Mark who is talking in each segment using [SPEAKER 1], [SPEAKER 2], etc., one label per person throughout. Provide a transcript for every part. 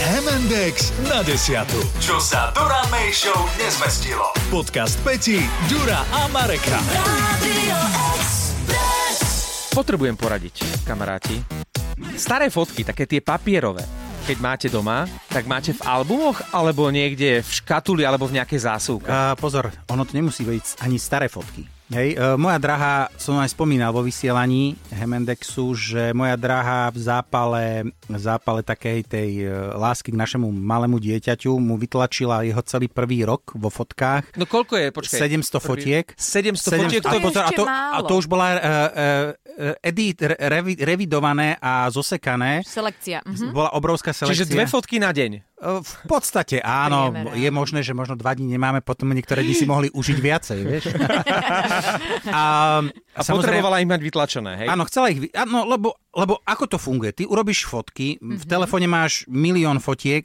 [SPEAKER 1] Index na desiatu. Čo sa Dura May Show nezmestilo. Podcast Peti, Dura a Mareka.
[SPEAKER 2] Potrebujem poradiť, kamaráti. Staré fotky, také tie papierové, keď máte doma, tak máte v albumoch alebo niekde v škatuli alebo v nejakej zásuvke.
[SPEAKER 3] A pozor, ono to nemusí byť ani staré fotky. Hej, e, moja drahá, som aj spomínal vo vysielaní Hemendexu, že moja drahá v zápale, v zápale takej tej e, lásky k našemu malému dieťaťu mu vytlačila jeho celý prvý rok vo fotkách.
[SPEAKER 2] No koľko je, počkaj.
[SPEAKER 3] 700
[SPEAKER 2] Prvý-
[SPEAKER 3] fotiek.
[SPEAKER 2] 700
[SPEAKER 3] Sedem-
[SPEAKER 2] fotiek,
[SPEAKER 3] a,
[SPEAKER 2] to je
[SPEAKER 3] pozor, a,
[SPEAKER 4] ešte
[SPEAKER 3] to,
[SPEAKER 4] málo.
[SPEAKER 3] a to už bola uh, uh, edit, re, revi- revidované a zosekané.
[SPEAKER 4] Selekcia. Mhm.
[SPEAKER 3] Bola obrovská
[SPEAKER 2] Hm? Čiže
[SPEAKER 3] selekcia.
[SPEAKER 2] dve fotky na deň.
[SPEAKER 3] E, V podstate áno,
[SPEAKER 4] Priemerná.
[SPEAKER 3] je možné, že možno dva dní nemáme, potom niektoré dni si mohli užiť viacej, vieš. a,
[SPEAKER 2] A potrebovala ich mať vytlačené, hej?
[SPEAKER 3] Áno, chcela ich... vy- Áno, lebo, lebo ako to funguje? Ty urobíš fotky, v
[SPEAKER 4] Mhm.
[SPEAKER 3] telefóne máš milión fotiek,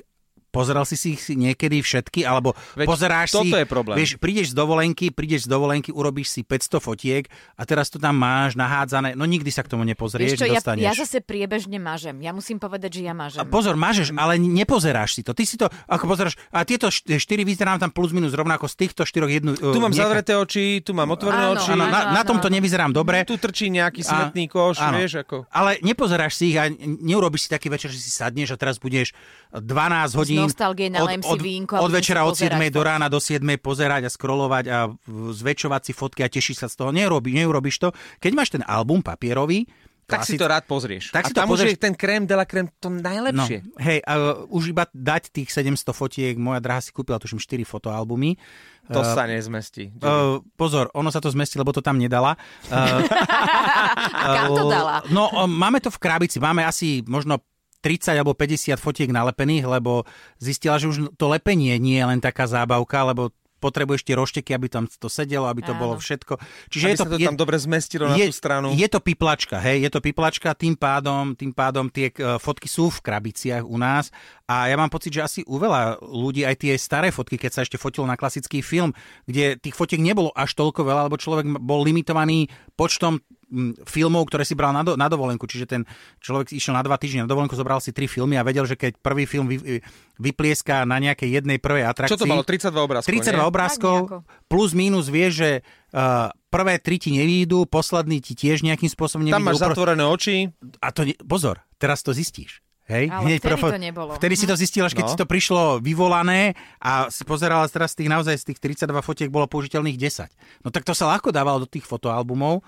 [SPEAKER 3] pozeral si si ich niekedy všetky, alebo
[SPEAKER 2] Veď
[SPEAKER 3] pozeráš si...
[SPEAKER 2] toto je problém.
[SPEAKER 3] Vieš, prídeš z dovolenky, prídeš z dovolenky, urobíš si 500 fotiek a teraz to tam máš nahádzané, no nikdy sa k tomu nepozrieš,
[SPEAKER 4] Vieš čo, ja,
[SPEAKER 3] dostaneš.
[SPEAKER 4] ja zase priebežne mažem. Ja musím povedať, že ja
[SPEAKER 3] A
[SPEAKER 4] mažem.
[SPEAKER 3] pozor, mážeš, ale nepozeráš si to. Ty si to, ako pozeráš, a tieto št- štyri vyzerám tam plus minus rovnako z týchto štyroch jednu... e,
[SPEAKER 2] Tu mám zavreté oči, tu mám otvorené
[SPEAKER 4] Áno,
[SPEAKER 2] oči.
[SPEAKER 3] Áno, na, na
[SPEAKER 4] áno.
[SPEAKER 3] tomto nevyzerám dobre.
[SPEAKER 2] Tu trčí nejaký
[SPEAKER 3] A-
[SPEAKER 2] smetný koš,
[SPEAKER 3] áno.
[SPEAKER 2] vieš, ako...
[SPEAKER 3] Ale nepozeráš si ich a neurobiš si taký večer, že si sadneš a teraz budeš 12 hodín
[SPEAKER 4] nostalgie nalijem si vínko a
[SPEAKER 3] od
[SPEAKER 4] budem
[SPEAKER 3] večera
[SPEAKER 4] si
[SPEAKER 3] od 7
[SPEAKER 4] pozerať
[SPEAKER 3] do rána do 7 pozerať a scrollovať a v- zväčšovať si fotky a tešiť sa z toho. Neurobi, neurobiš to. Keď máš ten album papierový,
[SPEAKER 2] Tak si to rád pozrieš.
[SPEAKER 3] Tak
[SPEAKER 2] a
[SPEAKER 3] si to
[SPEAKER 2] tam už je
[SPEAKER 3] pozrieš-
[SPEAKER 2] ten krém de la krém to
[SPEAKER 3] No,
[SPEAKER 2] najlepšie.
[SPEAKER 3] hej, a už iba dať tých 700 fotiek, moja drahá si kúpila tuším 4 fotoalbumy.
[SPEAKER 2] To
[SPEAKER 3] No, eh,
[SPEAKER 2] sa nezmestí.
[SPEAKER 3] Uh, pozor, ono sa to zmestí, lebo to tam nedala. Ehm,
[SPEAKER 4] A kam to dala?
[SPEAKER 3] No, o, máme to v krabici, máme asi možno 30 alebo 50 fotiek nalepených, lebo zistila, že už to lepenie nie je len taká zábavka, lebo potrebuješ tie rošteky, aby tam to sedelo, aby to
[SPEAKER 4] Áno.
[SPEAKER 3] bolo všetko. Čiže
[SPEAKER 2] Že
[SPEAKER 3] je to,
[SPEAKER 2] sa to
[SPEAKER 3] je,
[SPEAKER 2] tam dobre zmestilo na
[SPEAKER 3] je,
[SPEAKER 2] tú stranu.
[SPEAKER 3] je to piplačka, hej, je to piplačka, tým pádom, tým pádom tie e, fotky sú v krabiciach u nás a ja mám pocit, že asi u veľa ľudí aj tie staré fotky, keď sa ešte fotilo na klasický film, kde tých fotiek nebolo až toľko veľa, lebo človek m- bol limitovaný počtom mm, filmov, ktoré si bral na, do, na dovolenku. Čiže ten človek išiel na dva týždne na dovolenku, zobral si tri filmy a vedel, že keď prvý film vy, vyplieska na nejakej jednej prvej atrakcii...
[SPEAKER 2] Čo to malo? 32 obrázkov,
[SPEAKER 3] 32
[SPEAKER 2] nie?
[SPEAKER 3] obrázkov,
[SPEAKER 4] Tak
[SPEAKER 3] plus minus vie, že uh, prvé tri ti nevídu, posledný ti tiež nejakým spôsobom nevídu.
[SPEAKER 2] Tam máš zatvorené oči.
[SPEAKER 3] A to ne... pozor, teraz to zistíš. Hej?
[SPEAKER 4] Ale vtedy
[SPEAKER 3] prvá-
[SPEAKER 4] to nebolo. Mhm.
[SPEAKER 3] Vtedy si to zistil, až keď
[SPEAKER 2] No.
[SPEAKER 3] no. si to prišlo vyvolané a si pozerala teraz z tých naozaj z tých 32 fotiek bolo použiteľných 10. No tak to sa ľahko dávalo do tých fotoalbumov,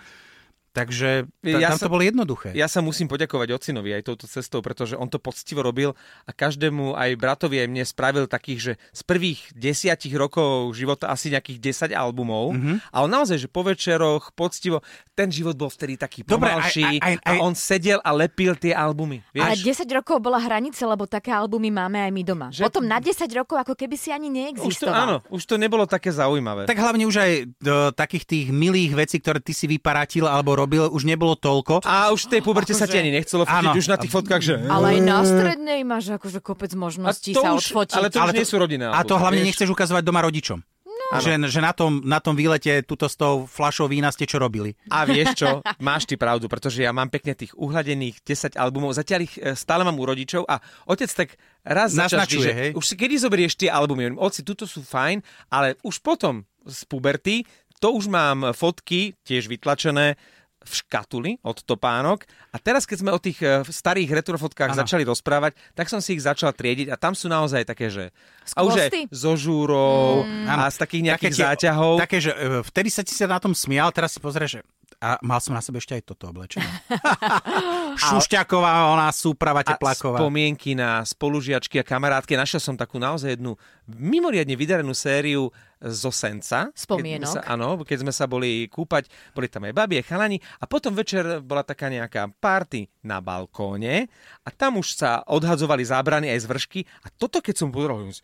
[SPEAKER 3] takže ta,
[SPEAKER 2] Ja
[SPEAKER 3] tam
[SPEAKER 2] sa-
[SPEAKER 3] to bolo jednoduché.
[SPEAKER 2] Ja sa musím poďakovať ocinovi aj touto cestou, pretože on to poctivo robil a každému aj bratovi aj mne spravil takých, že z prvých desiatich rokov života asi nejakých 10 albumov.
[SPEAKER 3] Mhm.
[SPEAKER 2] Mm-hmm. A on naozaj, že po večeroch poctivo, ten život bol vtedy taký
[SPEAKER 3] Dobre,
[SPEAKER 2] pomalší
[SPEAKER 3] aj- aj- aj-
[SPEAKER 2] a
[SPEAKER 3] aj-
[SPEAKER 2] on sedel a lepil tie albumy.
[SPEAKER 4] Ale
[SPEAKER 2] Vieš?
[SPEAKER 4] 10 rokov bola hranica, lebo také albumy máme aj my doma.
[SPEAKER 2] Že-
[SPEAKER 4] Potom na 10 rokov ako keby si
[SPEAKER 2] už
[SPEAKER 4] ani
[SPEAKER 2] to,
[SPEAKER 4] neexistoval.
[SPEAKER 2] áno, už to nebolo také zaujímavé.
[SPEAKER 3] Tak hlavne už aj do takých tých milých vecí, ktoré ty si vyparatil alebo robil, už nebolo toľko.
[SPEAKER 2] A už v tej puberte sa ti
[SPEAKER 4] Akože-
[SPEAKER 2] ani nechcelo fotiť,
[SPEAKER 3] Áno.
[SPEAKER 2] už na tých fotkách, že...
[SPEAKER 4] Ale aj na strednej máš akože kopec
[SPEAKER 2] A
[SPEAKER 4] možností
[SPEAKER 2] to
[SPEAKER 4] sa
[SPEAKER 2] už,
[SPEAKER 4] odfotiť.
[SPEAKER 2] ale to už nie sú rodinné
[SPEAKER 3] A to
[SPEAKER 2] albumy,
[SPEAKER 3] hlavne
[SPEAKER 2] vieš?
[SPEAKER 3] nechceš ukazovať doma rodičom. No. Že, že na, tom, na tom výlete tuto s tou flašou vína ste čo robili.
[SPEAKER 2] A vieš čo, máš ty pravdu, pretože ja mám pekne tých uhladených 10 albumov, zatiaľ ich e, stále mám u rodičov a otec tak raz začas vždy,
[SPEAKER 3] Naznačuje,
[SPEAKER 2] že
[SPEAKER 3] hej?
[SPEAKER 2] už si kedy zoberieš tie albumy? Hovorím, Oci, tuto sú fajn, ale už potom z puberty, to už mám fotky, tiež vytlačené, v škatuli od topánok a teraz keď sme o tých e, starých retrofotkách
[SPEAKER 3] Áno.
[SPEAKER 2] začali rozprávať, tak som si ich začal triediť a tam sú naozaj také, že a už aj
[SPEAKER 4] Skvosty?
[SPEAKER 2] zo žúrov a z takých nejakých
[SPEAKER 3] tie-
[SPEAKER 2] záťahov.
[SPEAKER 3] Také, že e, vtedy sa ti sa na tom smial, teraz si pozrieš, že a mal som na sebe ešte aj toto oblečenie. Šušťaková, ona
[SPEAKER 2] A
[SPEAKER 3] súprava tepláková.
[SPEAKER 2] spomienky na spolužiačky a kamarátky. Našiel som takú naozaj jednu mimoriadne vydarenú sériu zo Senca. Keď
[SPEAKER 4] Spomienok.
[SPEAKER 2] sme sa, áno, keď sme sa boli kúpať, boli tam aj babie, chalani a potom večer bola taká nejaká party na balkóne a tam už sa odhadzovali zábrany aj z vršky a toto keď som pozeral, hovorím si,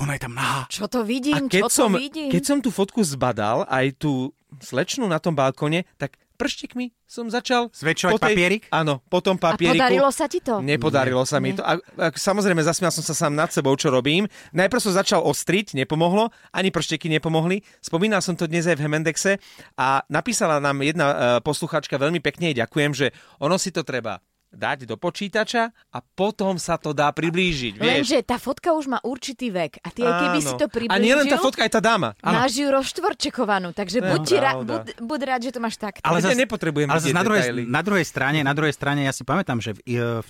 [SPEAKER 3] Ona je tam nahá.
[SPEAKER 4] Čo to
[SPEAKER 2] a
[SPEAKER 4] vidím?
[SPEAKER 2] keď
[SPEAKER 4] čo
[SPEAKER 2] som,
[SPEAKER 4] to vidím?
[SPEAKER 2] keď som tú fotku zbadal, aj tú slečnu na tom balkóne, tak prštikmi som začal...
[SPEAKER 3] Zväčšovať
[SPEAKER 2] po tej-
[SPEAKER 3] papierik?
[SPEAKER 2] Áno, po tom
[SPEAKER 4] A
[SPEAKER 2] papieriku.
[SPEAKER 4] podarilo sa ti to?
[SPEAKER 2] Nepodarilo sa mi to. A, a, samozrejme, zasmial som sa sám nad sebou, čo robím. Najprv som začal ostriť, nepomohlo, ani pršteky nepomohli. Spomínal som to dnes aj v Hemendexe a napísala nám jedna e, posluchačka veľmi pekne, jej ďakujem, že ono si to treba dať do počítača a potom sa to dá priblížiť, vieš.
[SPEAKER 4] Lenže tá fotka už má určitý vek a ty aj keby
[SPEAKER 2] Áno.
[SPEAKER 4] si to
[SPEAKER 2] A
[SPEAKER 4] priblížil...
[SPEAKER 2] nielen tá fotka, aj tá dáma.
[SPEAKER 4] Máš ju rozštvorčekovanú, takže
[SPEAKER 2] To je
[SPEAKER 4] buď, ti ra-
[SPEAKER 2] pravda.
[SPEAKER 4] bud, buď rád, že to máš takto.
[SPEAKER 2] Ale ja
[SPEAKER 4] Ale...
[SPEAKER 3] zas-
[SPEAKER 2] nepotrebujem
[SPEAKER 3] ale
[SPEAKER 2] vidieť
[SPEAKER 3] zas na, druhej, no,
[SPEAKER 2] detaily.
[SPEAKER 3] na druhej strane, na druhej strane, ja si pamätám, že v, e, v,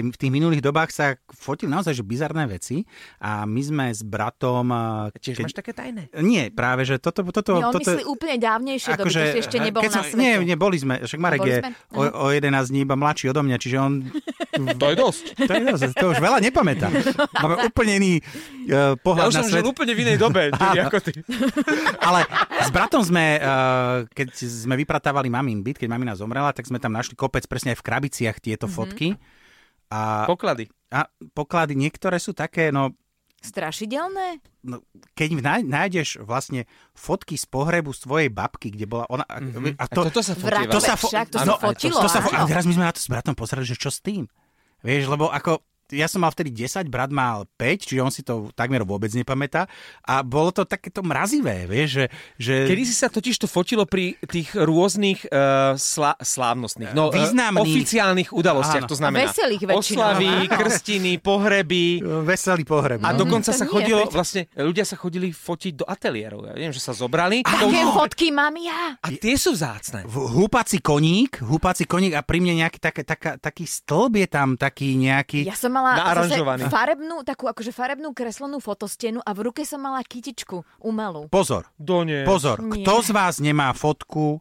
[SPEAKER 3] tej, v tých minulých dobách sa fotili naozaj že bizarné veci a my sme s bratom... e,
[SPEAKER 2] Tiež máš také tajné.
[SPEAKER 3] Nie, práve, že toto... toto,
[SPEAKER 4] Nie, on
[SPEAKER 3] toto
[SPEAKER 4] myslí úplne dávnejšie doby,
[SPEAKER 2] akože-
[SPEAKER 4] keď si ešte
[SPEAKER 3] e,
[SPEAKER 4] nebol
[SPEAKER 3] keď
[SPEAKER 4] na
[SPEAKER 3] som-
[SPEAKER 4] svete.
[SPEAKER 3] Nie, nie, boli sme, však Marek
[SPEAKER 4] Boli
[SPEAKER 3] je
[SPEAKER 4] sme?
[SPEAKER 3] o, o 11 dní iba mladší odo mňa, čiže on...
[SPEAKER 2] To je dosť.
[SPEAKER 3] To, je, dosť, to už veľa nepamätá. Máme úplne iný e,
[SPEAKER 2] Ja
[SPEAKER 3] pohľad
[SPEAKER 2] už
[SPEAKER 3] na
[SPEAKER 2] som
[SPEAKER 3] svet.
[SPEAKER 2] žil úplne v inej dobe, ty, ako ty.
[SPEAKER 3] Ale s bratom sme, eh, keď sme vypratávali mamin byt, keď mamina zomrela, tak sme tam našli kopec presne aj v krabiciach tieto
[SPEAKER 4] Mhm.
[SPEAKER 3] mm-hmm. fotky. A,
[SPEAKER 2] Poklady.
[SPEAKER 3] a poklady niektoré sú také, no,
[SPEAKER 4] Strašidelné?
[SPEAKER 3] no keď náj- nájdeš vlastne fotky z pohrebu z tvojej babky, kde bola ona... Mm-hmm. A
[SPEAKER 2] Mhm.
[SPEAKER 3] to,
[SPEAKER 2] toto sa fotieva.
[SPEAKER 4] Vrátane. To sa- však to sa
[SPEAKER 3] no,
[SPEAKER 4] fotilo,
[SPEAKER 3] To sa fo- a
[SPEAKER 4] áno.
[SPEAKER 3] teraz my sme na to s bratom pozerali, že čo s tým. Vieš, lebo ako ja som mal vtedy 10, brat mal 5, čiže on si to takmer vôbec nepamätá. A bolo to takéto mrazivé, vieš, že... že... e,
[SPEAKER 2] Kedy si sa totiž to fotilo pri tých rôznych uh, slá- slávnostných, no, eh,
[SPEAKER 3] Významných.
[SPEAKER 2] oficiálnych udalostiach,
[SPEAKER 3] Áno.
[SPEAKER 2] to znamená
[SPEAKER 4] Veselých väčšinou,
[SPEAKER 2] oslavy,
[SPEAKER 4] áno.
[SPEAKER 2] krstiny, pohreby.
[SPEAKER 3] Veselý pohreb.
[SPEAKER 2] A
[SPEAKER 3] no.
[SPEAKER 2] dokonca
[SPEAKER 4] to
[SPEAKER 2] sa
[SPEAKER 4] nie,
[SPEAKER 2] chodilo,
[SPEAKER 4] veď.
[SPEAKER 2] vlastne ľudia sa chodili fotiť do ateliérov. Ja viem, že sa zobrali. To
[SPEAKER 4] Také
[SPEAKER 2] už-
[SPEAKER 4] fotky mám ja.
[SPEAKER 2] A tie sú vzácne.
[SPEAKER 3] V- húpací koník, húpací koník a pri mne nejaký tak, taká, taký stĺb je tam taký nejaký...
[SPEAKER 4] Ja som mala zase
[SPEAKER 2] Naaranžovaný.
[SPEAKER 4] farebnú, takú akože farebnú kreslenú fotostenu a v ruke som mala kytičku umelú.
[SPEAKER 3] Pozor,
[SPEAKER 2] Do nie.
[SPEAKER 3] pozor,
[SPEAKER 4] Nie.
[SPEAKER 3] kto z vás nemá fotku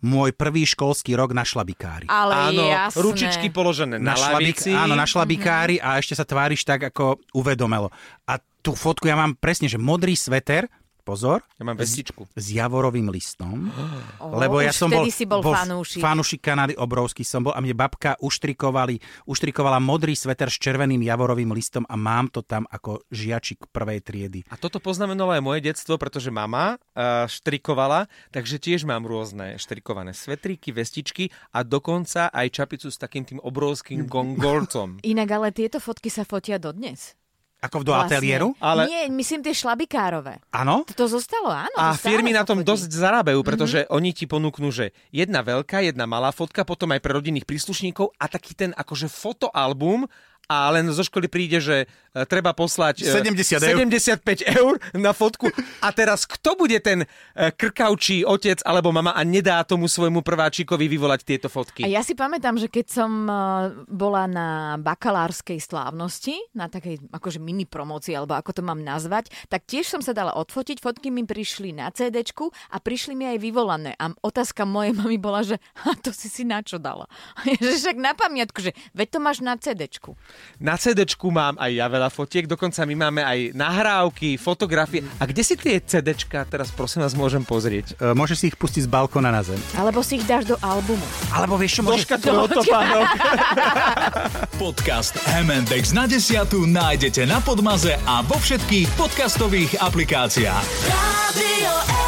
[SPEAKER 3] môj prvý školský rok na šlabikári?
[SPEAKER 4] Ale
[SPEAKER 2] Áno,
[SPEAKER 4] jasné.
[SPEAKER 2] ručičky položené na,
[SPEAKER 3] šlabik-
[SPEAKER 2] lavici.
[SPEAKER 3] áno, na šlabikári
[SPEAKER 4] Mhm.
[SPEAKER 3] a ešte sa tváriš tak, ako uvedomelo. A tú fotku ja mám presne, že modrý sveter, pozor,
[SPEAKER 2] Ja mám vestičku.
[SPEAKER 3] s javorovým listom,
[SPEAKER 4] O,
[SPEAKER 3] lebo ja
[SPEAKER 4] už
[SPEAKER 3] som bol,
[SPEAKER 4] vtedy si bol fanúšik.
[SPEAKER 3] fanúšik Kanady, obrovský som bol a mne babka uštrikovali, uštrikovala modrý sveter s červeným javorovým listom a mám to tam ako žiačik prvej triedy.
[SPEAKER 2] A toto poznamenalo aj moje detstvo, pretože mama uh, štrikovala, takže tiež mám rôzne štrikované svetríky, vestičky a dokonca aj čapicu s takým tým obrovským gongolcom.
[SPEAKER 4] Inak ale tieto fotky sa fotia dodnes.
[SPEAKER 3] Ako v do ateliéru?
[SPEAKER 2] Ale-
[SPEAKER 4] Ale... Nie, myslím tie šlabikárové.
[SPEAKER 3] Áno?
[SPEAKER 4] To zostalo, áno.
[SPEAKER 2] A
[SPEAKER 4] No, to stále Mhm.
[SPEAKER 2] firmy na
[SPEAKER 4] sa
[SPEAKER 2] tom
[SPEAKER 4] chodí.
[SPEAKER 2] dosť zarábajú, pretože mm-hmm. oni ti ponúknú, že jedna veľká, jedna malá fotka, potom aj pre rodinných príslušníkov a taký ten akože fotoalbum a len zo školy príde, že e, treba poslať e,
[SPEAKER 3] 70 eur.
[SPEAKER 2] 75 eur na fotku. A teraz kto bude ten e, krkavčí otec alebo mama a nedá tomu svojmu prváčikovi vyvolať tieto fotky?
[SPEAKER 4] A ja si pamätám, že keď som eh, bola na bakalárskej slávnosti, na takej akože mini promocii, alebo ako to mám nazvať, tak tiež som sa dala odfotiť, fotky mi prišli na CD a prišli mi aj vyvolané. A otázka mojej mamy bola, že a to si si na čo dala? že však na pamiatku, že veď to máš na CD.
[SPEAKER 2] Na cd mám aj ja veľa fotiek, dokonca my máme aj nahrávky, fotografie. A kde si tie cd teraz prosím vás môžem pozrieť?
[SPEAKER 3] E, Môžeš si ich pustiť z balkóna na zem.
[SPEAKER 4] Alebo si ich dáš do albumu.
[SPEAKER 3] Alebo vieš čo, môžeš...
[SPEAKER 2] Troška to otopánok.
[SPEAKER 1] Podcast MNDX na desiatu nájdete na Podmaze a vo všetkých podcastových aplikáciách.
[SPEAKER 5] Radio